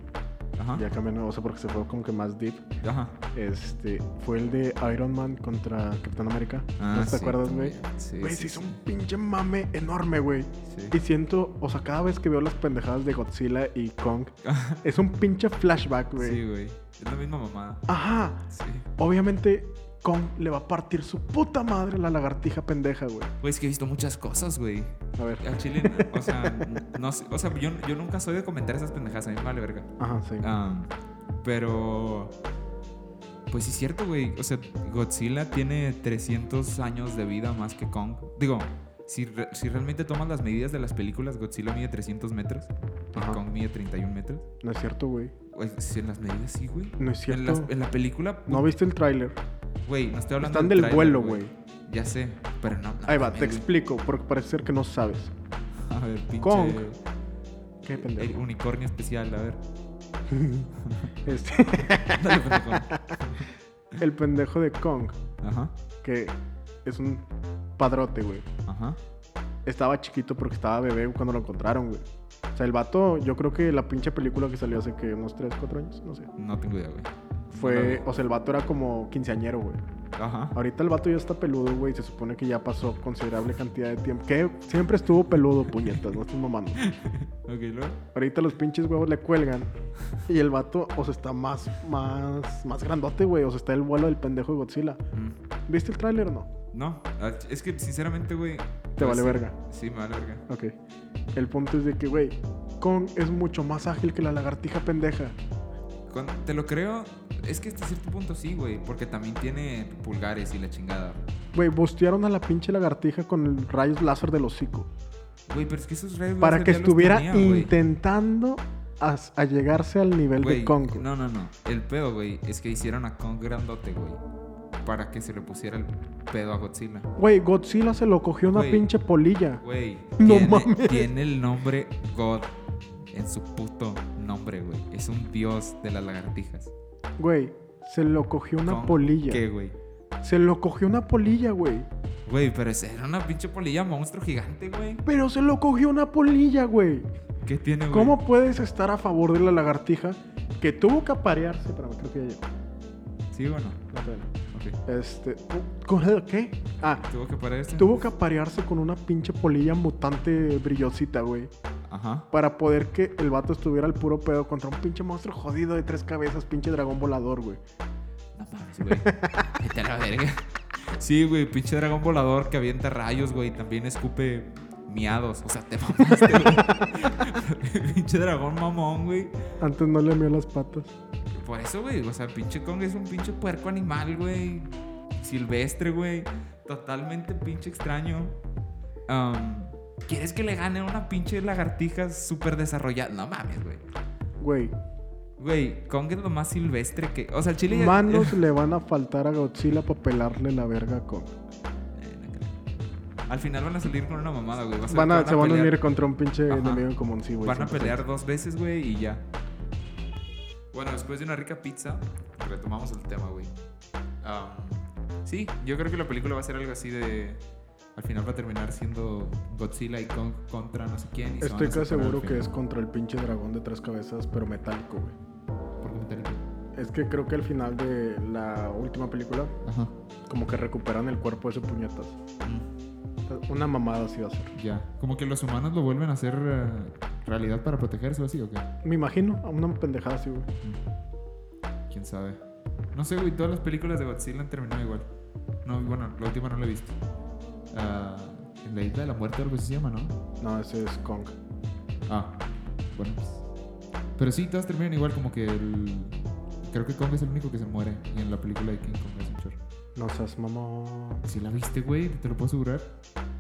S1: Ajá.
S2: ya cambiando, o sea, porque se fue como que más deep.
S1: Ajá.
S2: Este, fue el de Iron Man contra Capitán América. ¿No te
S1: Ah, sí,
S2: acuerdas, güey?
S1: también. Sí,
S2: Güey,
S1: sí,
S2: se hizo
S1: sí.
S2: un pinche mame enorme, güey.
S1: Sí.
S2: Y siento, o sea, cada vez que veo las pendejadas de Godzilla y Kong, es un pinche flashback, güey.
S1: Ah. Sí, güey. Es la misma mamada.
S2: Ajá,
S1: Sí.
S2: obviamente Kong le va a partir su puta madre a la lagartija pendeja, güey.
S1: Güey, es que he visto muchas cosas, güey.
S2: A ver,
S1: Al chile, o sea, no sé, o sea, yo, yo nunca soy de comentar esas pendejadas, a mí me vale verga.
S2: ajá, sí.
S1: Am, pero, pues sí es cierto, güey. O sea, Godzilla tiene 300 años de vida más que Kong. Digo, si, re- si realmente tomas las medidas de las películas, Godzilla mide 300 metros y
S2: Ajá.
S1: Kong mide 31 metros.
S2: No es cierto, güey.
S1: Güey, si en las medidas sí, güey.
S2: No es
S1: En, las-
S2: cierto.
S1: en la película,
S2: ¿No viste el tráiler?
S1: güey, no estoy hablando
S2: Están del
S1: tráiler,
S2: vuelo, güey.
S1: Ya sé, pero no. no
S2: Ahí va, te
S1: mames,
S2: explico, porque parece ser que no sabes.
S1: güey. A ver, pinche.
S2: Kong. Qué
S1: El
S2: pendejo.
S1: unicornio especial, a ver.
S2: Este,
S1: Dale, pendejo.
S2: el pendejo de Kong,
S1: Ajá,
S2: que es un padrote, güey.
S1: ajá.
S2: Estaba chiquito porque estaba bebé cuando lo encontraron, güey. O sea, el vato, yo creo que la pinche película que salió hace que unos 3, 4 años, no sé.
S1: No tengo idea, güey.
S2: Fue, o sea, el vato era como quinceañero, güey.
S1: Ajá.
S2: Ahorita el vato ya está peludo, güey. Se supone que ya pasó considerable cantidad de tiempo. Que siempre estuvo peludo, puñetas, no estoy mamando.
S1: Ok, luego.
S2: Ahorita los pinches huevos le cuelgan. Y el vato, o sea, está más, más, más grandote, güey. O sea, está el vuelo del pendejo de Godzilla.
S1: Mm.
S2: ¿Viste el tráiler o no?
S1: No, ah, es que sinceramente, güey.
S2: Te
S1: Pues
S2: vale
S1: sí-
S2: verga.
S1: Sí, me vale verga.
S2: Ok. El punto es de que, güey, Kong es mucho más ágil que la lagartija pendeja.
S1: Con- te lo creo. Es que hasta cierto punto sí, güey. Porque también tiene pulgares y la chingada.
S2: Güey, bustearon a la pinche lagartija con rayos láser del hocico.
S1: Güey, pero es que esos rayos
S2: para
S1: láser
S2: que
S1: ya los
S2: estuviera
S1: tenía, güey.
S2: intentando as- a, llegarse al nivel
S1: Güey,
S2: de Kong.
S1: No, no, no. El pedo, güey, es que hicieron a Kong grandote, güey. Para que se le pusiera el pedo a Godzilla.
S2: Güey, Godzilla se lo cogió una
S1: Güey.
S2: pinche polilla.
S1: Güey,
S2: No
S1: tiene,
S2: mames.
S1: tiene el nombre God en su puto nombre, güey. Es un dios de las lagartijas.
S2: Güey, se lo cogió una
S1: Kong,
S2: polilla.
S1: ¿Qué, güey?
S2: Se lo cogió una polilla, güey.
S1: Güey, pero esa era una pinche polilla monstruo gigante, güey.
S2: Pero se lo cogió una polilla, güey.
S1: ¿Qué tiene, güey?
S2: ¿Cómo puedes estar a favor de la lagartija que tuvo que aparearse? Pero creo que ya llegó.
S1: ¿Sí o no?
S2: La pena.
S1: Ok.
S2: Este. ¿con- ¿Qué? Ah,
S1: ¿Tuvo que parar este?
S2: tuvo que aparearse con una pinche polilla mutante brillosita, güey.
S1: Ajá.
S2: Para poder que el vato estuviera al puro pedo contra un pinche monstruo jodido de tres cabezas, pinche dragón volador, güey.
S1: No mames, güey. Vete a la verga. Sí, güey, pinche dragón volador que avienta rayos, güey. También escupe miados. O sea, te mamaste, güey. pinche dragón mamón, güey.
S2: Antes no le mió las patas.
S1: Por eso, güey. O sea, pinche Kong es un pinche puerco animal, güey. Silvestre, güey. Totalmente pinche extraño. Am, ¿Quieres que le gane a una pinche lagartija súper desarrollada? No mames, güey.
S2: Güey,
S1: Güey, Kong es lo más silvestre que. O sea, el chile. ya-
S2: manos le van a faltar a Godzilla para pelarle la verga con.
S1: Eh, no creo. Al final van a salir con una mamada, güey. Va ser
S2: Van a,
S1: que
S2: se van a
S1: pelear-
S2: unir contra un pinche
S1: Ajá.
S2: enemigo en común, sí, güey.
S1: Van a
S2: 100%.
S1: pelear dos veces, güey, y ya. Bueno, después de una rica pizza, retomamos el tema, güey. Ah, sí, yo creo que la película va a ser algo así de. Al final va a terminar siendo Godzilla y Kong contra no sé quién. y se van
S2: Estoy
S1: a
S2: casi
S1: separar al
S2: seguro que es
S1: final.
S2: contra el pinche dragón de tres cabezas, pero metálico, güey.
S1: Por comentario.
S2: Es que creo que al final de la última película,
S1: Ajá.
S2: como que recuperan el cuerpo de ese puñetas.
S1: Mm,
S2: Una mamada así va a ser.
S1: ya. Como que los humanos lo vuelven a hacer eh, realidad para protegerse o así, ¿o qué?
S2: Me imagino, a una pendejada así, güey.
S1: Quién sabe. No sé, güey, todas las películas de Godzilla han terminado igual. No, bueno, la última no la he visto. Ah, en la isla de la muerte algo así se llama, ¿no?
S2: No, ese es Kong.
S1: Ah, bueno, pues. Pero sí, todas terminan igual, como que el. Creo que Kong es el único que se muere. Y en la película de King Kong es un chorro.
S2: No seas mamón.
S1: Si la viste, güey, te lo puedo asegurar.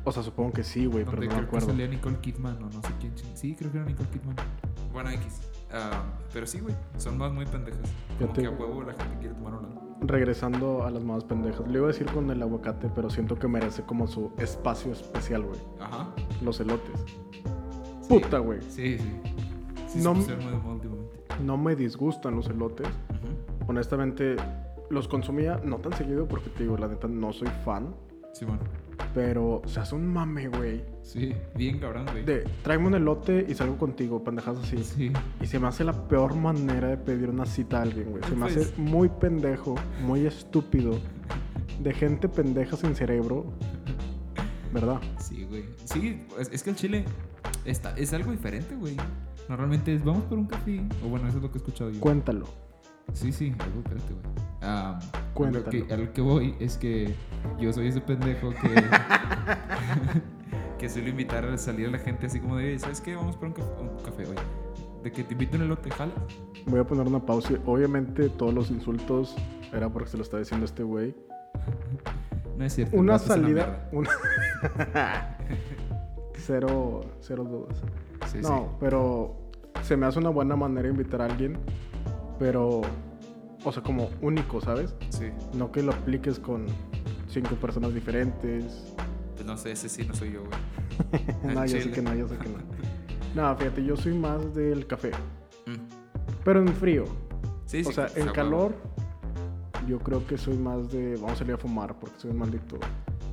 S2: O sea, supongo que sí, güey, pero
S1: Donde
S2: no me
S1: creo que
S2: acuerdo.
S1: salía Nicole Kidman o no sé quién. ching- Sí, creo que era Nicole Kidman. Bueno, X. Ah, pero sí, güey. Son más muy pendejas. Como
S2: te-
S1: que a huevo la gente quiere tomar un lado.
S2: Regresando a las mamadas pendejas. Le iba a decir con el aguacate, pero siento que merece como su espacio especial, güey.
S1: Ajá.
S2: Los elotes.
S1: Sí.
S2: Puta, güey.
S1: Sí, sí. Sí,
S2: No-
S1: se pusieron muy de moda últimamente.
S2: No me disgustan los elotes. Honestamente, los consumía no tan seguido porque, te digo, la neta no soy fan.
S1: Sí, bueno.
S2: Pero se hace un mame, güey.
S1: Sí, bien cabrón, güey.
S2: De tráeme un elote y salgo contigo, pendejas así.
S1: Sí.
S2: Y se me hace la peor manera de pedir una cita a alguien, güey. Se me hace
S1: Pues-
S2: muy pendejo, muy estúpido. De gente pendeja sin cerebro. ¿Verdad?
S1: Sí, güey. Sí, es, es que el chile está, es algo diferente, güey. Normalmente es vamos por un café. O bueno, eso es lo que he escuchado yo.
S2: Cuéntalo.
S1: Sí, sí, algo espérate, güey. Ah,
S2: Cuéntalo.
S1: Lo que, a lo que voy es que yo soy ese pendejo que. que suelo invitar a salir a la gente así como de, "Oye, ¿sabes qué? Vamos por un, caf- un café hoy. De que te invito un elote, jala.
S2: Voy a poner una pausa. Obviamente, todos los insultos era porque se lo está diciendo este güey.
S1: No es cierto. el
S2: Una
S1: vato es
S2: salida.
S1: mierda.
S2: Una... cero, cero dudas.
S1: Sí,
S2: no, pero se me hace una buena manera invitar a alguien, pero, o sea, como único, ¿sabes?
S1: sí. Sí.
S2: No que lo apliques con cinco personas diferentes.
S1: Pues no sé, ese sí no soy yo, güey.
S2: no,
S1: Al
S2: yo sé
S1: chile.
S2: que no, yo sé que no. No, fíjate, yo soy más del café,
S1: Mm.
S2: pero en frío.
S1: Sí,
S2: O
S1: sí,
S2: sea,
S1: sí,
S2: en
S1: a
S2: calor,
S1: huevo.
S2: yo creo que soy más de, vamos a salir a fumar, porque soy un maldito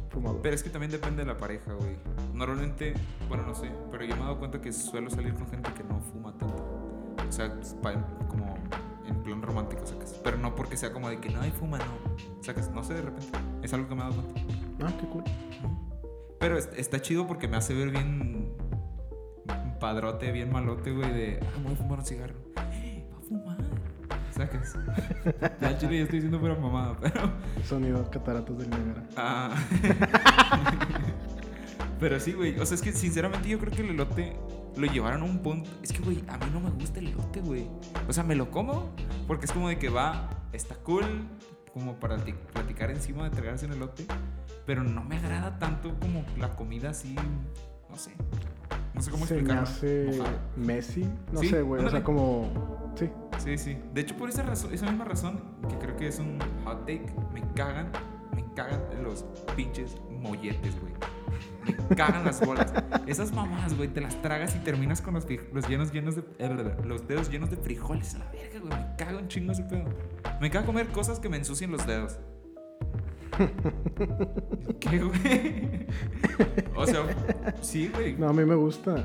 S2: fumador.
S1: Pero es que también depende de la pareja, güey. Normalmente, bueno, no sé, pero yo me he dado cuenta que suelo salir con gente que no fuma tanto. O sea, es pa- como en plan romántico, sacas. Pero no porque sea como de que no hay fuma, no. Sacas, no sé, de repente. Es algo que me ha dado cuenta.
S2: Ah, qué cool.
S1: Pero es- está chido porque me hace ver bien padrote, bien malote, güey, de, ah, me voy a fumar un cigarro. ¡Eh, Va a fumar. Sacas. Ya al chile ya estoy diciendo pura mamada, pero...
S2: Sonido cataratas del Niágara.
S1: Ah. Pero sí, güey. O sea, es que sinceramente yo creo que el elote lo llevaron a un punto. Es que, güey, a mí no me gusta el elote, güey. O sea, me lo como porque es como de que va, está cool, como para ti- platicar encima de tragarse un elote. Pero no me agrada tanto como la comida así, no sé. No sé cómo
S2: Se me
S1: explicarlo.
S2: hace
S1: Mojada.
S2: Messi. No
S1: Sí,
S2: sé, güey. O sea,
S1: ándale.
S2: como. Sí.
S1: Sí, sí. De hecho, por esa, razón, esa misma razón, que creo que es un hot take, me cagan, me cagan los pinches molletes, güey. Me cagan las bolas. Esas mamás, güey, te las tragas y terminas con los, fri- los llenos, llenos de, eh, los dedos llenos de frijoles a la verga, güey. Me cago un chingo ese pedo. Me caga comer cosas que me ensucien los dedos. ¿Qué, güey? O sea, sí, güey.
S2: No, a mí me gusta.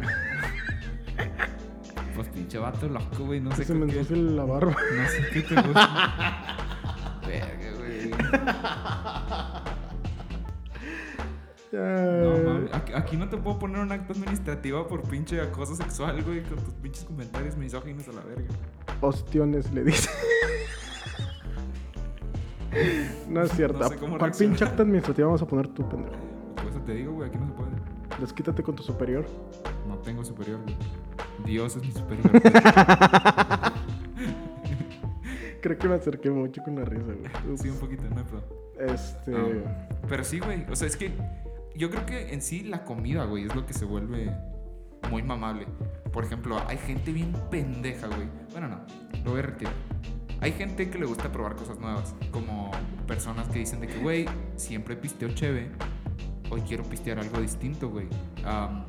S1: Pues pinche vato loco, güey. No sé
S2: Pues Se
S1: con
S2: me
S1: qué-
S2: ensucia la barba.
S1: No sé qué te gusta. Verga, güey. No,
S2: Eh,
S1: mami. Aquí, aquí no te puedo poner un acto administrativo por pinche acoso sexual, güey, con tus pinches comentarios misóginos a la verga.
S2: Ostiones le dice. No es cierto.
S1: No sé cómo
S2: ¿Cuál
S1: reaccionar.
S2: pinche acta administrativa vamos a poner tú, pendejo?
S1: Por eso te digo, güey, aquí no se puede.
S2: Desquítate con tu superior.
S1: No tengo superior, güey. Dios es mi superior. güey.
S2: Creo que me acerqué mucho con la risa, güey. Ups.
S1: sí, un poquito, no hay problema.
S2: Este.
S1: Ah, Pero sí, güey. O sea, es que yo creo que en sí la comida, güey, es lo que se vuelve muy mamable. Por ejemplo, hay gente bien pendeja, güey. Bueno, no, lo voy a retirar. Hay gente que le gusta probar cosas nuevas, como personas que dicen de que, güey, siempre pisteo cheve, hoy quiero pistear algo distinto, güey. Am,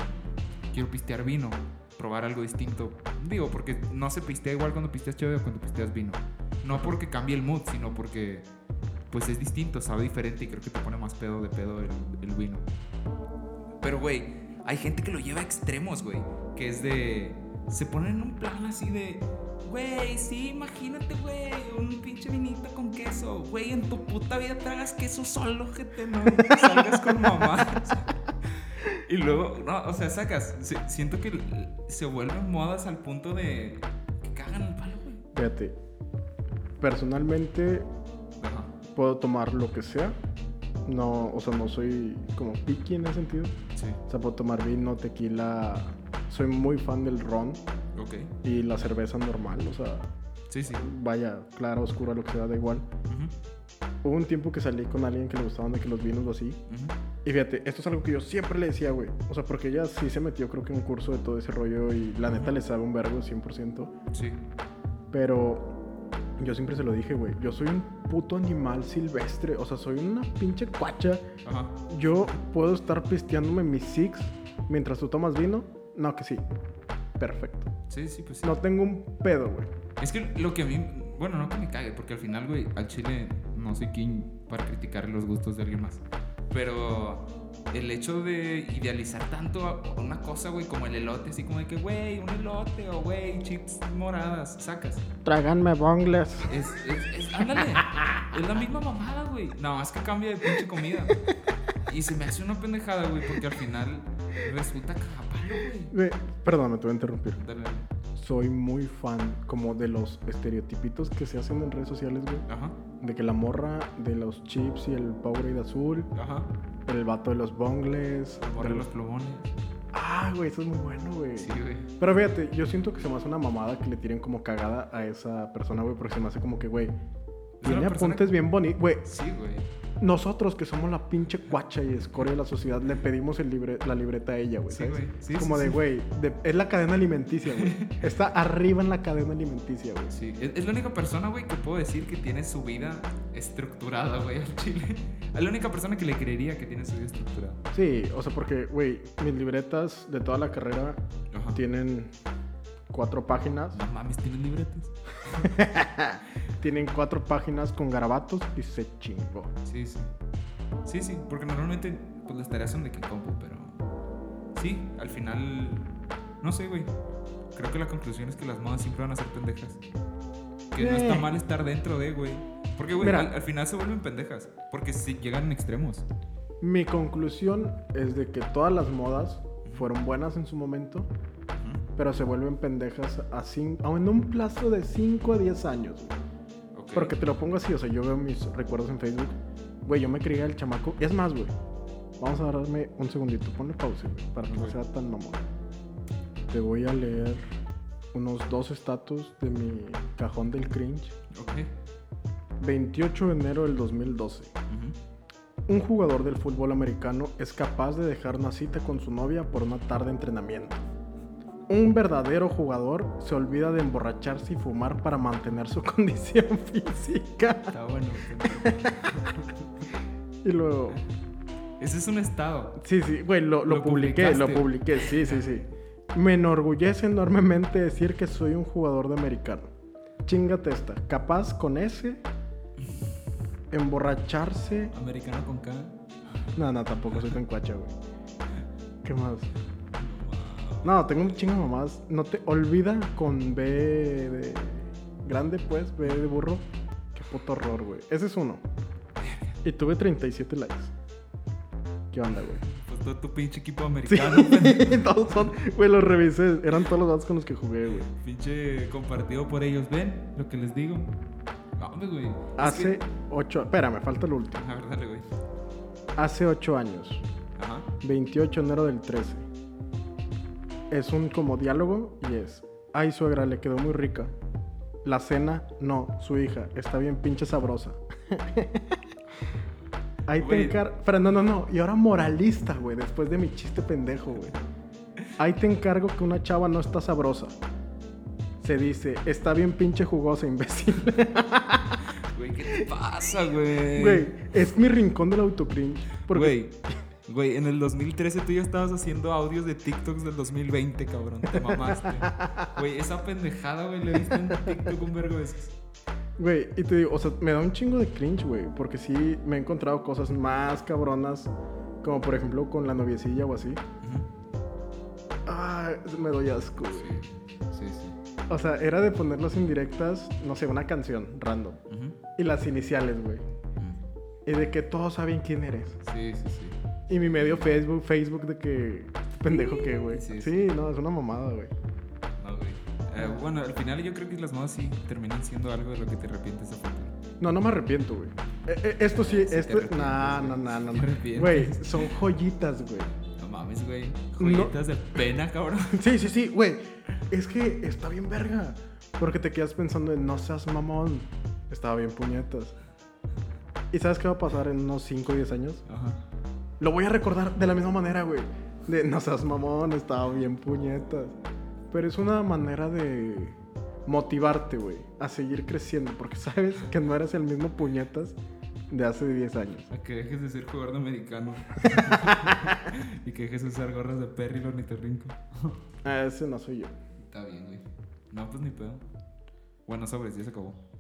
S1: quiero pistear vino, probar algo distinto. Digo, porque no se pistea igual cuando pisteas cheve o cuando pisteas vino. No porque cambie el mood, sino porque pues es distinto, sabe diferente y creo que te pone más pedo de pedo el, el vino. Pero, güey, hay gente que lo lleva a extremos, güey. Que es de... Se ponen en un plan así de... Güey, sí, imagínate, güey, un pinche vinito con queso. Güey, en tu puta vida tragas queso solo, gente, no salgas con mamá. y luego, no, o sea, sacas. se- siento que l- se vuelven modas al punto de... Que cagan el palo, güey.
S2: Fíjate. Personalmente
S1: Ajá.
S2: puedo tomar lo que sea. No, o sea, no soy como picky en ese sentido.
S1: Sí.
S2: O sea, puedo tomar vino, tequila. Soy muy fan del ron
S1: Ok.
S2: y la cerveza normal. O sea,
S1: Sí, sí.
S2: vaya, clara, oscura, lo que sea, da igual.
S1: Ujú,
S2: Hubo un tiempo que salí con alguien que le gustaban de que los vinos o así.
S1: ujú.
S2: Y fíjate, esto es algo que yo siempre le decía, güey. O sea, porque ella sí se metió, creo que en un curso de todo ese rollo y la neta le sabe un vergo 100%.
S1: Sí.
S2: Pero yo siempre se lo dije, güey. Yo soy un puto animal silvestre. O sea, soy una pinche cuacha.
S1: Ajá.
S2: Yo puedo estar pisteándome mis six mientras tú tomas vino. No, que sí. Perfecto.
S1: Sí, sí, pues sí.
S2: No tengo un pedo, güey.
S1: Es que lo que a mí, bueno, no que me cague, porque al final, güey, al chile no soy quién para criticar los gustos de alguien más. Pero el hecho de idealizar tanto a- a una cosa, güey, como el elote, así como de que, güey, un elote o, güey, chips moradas, sacas.
S2: Tráganme bongles.
S1: Es, es, es, ándale, es la misma mamada, güey. Nada más que cambia de pinche comida. Y se me hace una pendejada, güey, porque al final resulta cagapalo, güey.
S2: Güey, perdóname, te voy a interrumpir.
S1: Dale, dale.
S2: Soy muy fan como de los estereotipitos que se hacen en redes sociales, güey.
S1: Ajá,
S2: De que la morra de los chips y el Powerade azul,
S1: ajá.
S2: el vato de los bongles.
S1: Borré
S2: de
S1: los plumones.
S2: Ah, güey, eso es muy bueno, güey.
S1: Sí, güey.
S2: Pero fíjate, yo siento que se me hace una mamada que le tiren como cagada a esa persona, güey, porque se me hace como que, güey, tiene
S1: una persona-
S2: apuntes bien bonitos. Güey,
S1: Sí, güey.
S2: nosotros que somos la pinche cuacha y escoria de la sociedad, le pedimos el libre, la libreta a ella, güey.
S1: Sí,
S2: ¿sabes?
S1: güey. Sí,
S2: como
S1: sí,
S2: de,
S1: sí.
S2: güey, de- es la cadena alimenticia, güey. Está arriba en la cadena alimenticia, güey.
S1: Sí, es, es la única persona, güey, que puedo decir que tiene su vida estructurada, güey, al chile. Es la única persona que le creería que tiene su vida estructurada.
S2: Sí, o sea, porque, güey, mis libretas de toda la carrera
S1: Ajá.
S2: tienen cuatro páginas.
S1: No mames, tienen libretas.
S2: Tienen cuatro páginas con garabatos y se chingó.
S1: Sí, sí. Sí, sí, porque normalmente pues, las tareas son de que compu, pero. Sí, al final. No sé, güey. Creo que la conclusión es que las modas siempre van a ser pendejas. Que no
S2: Güey.
S1: está mal estar dentro de, güey. Porque, güey,
S2: Mira.
S1: al, al final se vuelven pendejas. Porque si llegan en extremos.
S2: Mi conclusión es de que todas las modas fueron buenas en su momento,
S1: Ujú.
S2: pero se vuelven pendejas a cin- a- en un plazo de 5 a 10 años. güey.
S1: Ok.
S2: Porque te lo pongo así, o sea, yo veo mis recuerdos en Facebook. Güey, yo me crié el chamaco. Es más, güey. Vamos a darme un segundito. Ponle pausa, güey, para que no
S1: Ok.
S2: sea tan mamón. Te voy a leer unos dos estatus de mi cajón del cringe.
S1: Ok.
S2: 28 de enero del 2012.
S1: Ujú.
S2: Un jugador del fútbol americano es capaz de dejar una cita con su novia por una tarde de entrenamiento. Un verdadero jugador se olvida de emborracharse y fumar para mantener su condición física.
S1: Está bueno.
S2: Y luego,
S1: Ese es un estado.
S2: sí, sí, güey, lo, lo
S1: Lo
S2: publiqué, lo
S1: publicaste.
S2: publiqué, sí, sí, sí. Me enorgullece enormemente decir que soy un jugador de americano. Chingate esta, capaz con ese emborracharse.
S3: Americano con K.
S2: No, no, tampoco soy tan cuacha, güey. ¿Qué más? No, tengo un chingo de mamás. No te olvida con B de grande, pues, B de burro. Qué puto horror, güey. Ese es uno. Y tuve 37 likes. ¿Qué onda, güey?
S1: Pues todo tu pinche equipo
S2: Sí,
S1: americano. pendejo.
S2: todos son. Güey, los revisé. Eran todos los datos con los que jugué, güey.
S1: Pinche compartido por ellos. ¿Ven lo que les digo? No, hombre, güey. Es
S2: Hace
S1: que-
S2: 8. Espérame, falta el último.
S1: A ver, dale, güey.
S2: Hace 8 años.
S1: Ajá.
S2: 28 de enero del 13. Es un como diálogo y es, ay suegra, le quedó muy rica. La cena, no, su hija, está bien pinche sabrosa. Ahí
S1: Güey.
S2: te encargo... Pero no, no, no. Y ahora moralista, güey, después de mi chiste pendejo, güey. Ahí te encargo que una chava no está sabrosa. Se dice, está bien pinche jugosa, imbécil.
S1: Güey, ¿qué te pasa, güey?
S2: Güey, es mi rincón del autocringe. Porque
S1: Güey, güey, en el 2013 tú ya estabas haciendo audios de TikToks del 2020, cabrón. Te mamaste. Güey, esa pendejada, güey, le viste en TikTok un vergo de veces.
S2: Güey, y te digo, o sea, me da un chingo de cringe, güey, porque sí me he encontrado cosas más cabronas, como por ejemplo con la noviecilla o así. Ah, me doy asco, güey.
S1: Sí, sí.
S2: O sea, era de poner las indirectas, no sé, una canción random. Y las iniciales, güey. Y de que todos saben quién eres.
S1: Sí, sí, sí.
S2: Y mi medio Facebook, Facebook de que... Pendejo que, güey.
S1: Sí,
S2: Sí,
S1: sí.
S2: no, es una mamada, güey.
S1: No, güey. Eh, bueno, al final yo creo que las modas sí terminan siendo algo de lo que te arrepientes a futuro.
S2: No, no me arrepiento, güey. Eh, eh, esto sí,
S1: te
S2: esto...
S1: arrepientes,
S2: Nah,
S1: güey.
S2: no, no, no.
S1: Te
S2: no.
S1: arrepientes.
S2: Güey, son joyitas, güey.
S1: No mames, güey. Joyitas de pena, cabrón.
S2: Sí, sí, sí, güey. Es que está bien verga. Porque te quedas pensando en no seas mamón. Estaba bien puñetas. ¿Y sabes qué va a pasar en unos 5 o 10 años?
S1: Ajá.
S2: Lo voy a recordar de la misma manera, güey. De no seas mamón, estaba bien puñetas. Pero es una manera de motivarte, güey, a seguir creciendo. Porque sabes que no eres el mismo puñetas de hace 10 años.
S1: A que dejes de ser jugador de americano. y que dejes de usar gorras de perry ni te rinco.
S2: Ah, ese no soy yo.
S1: Está bien, güey. No, pues ni pedo. Bueno, sobre, ya se acabó.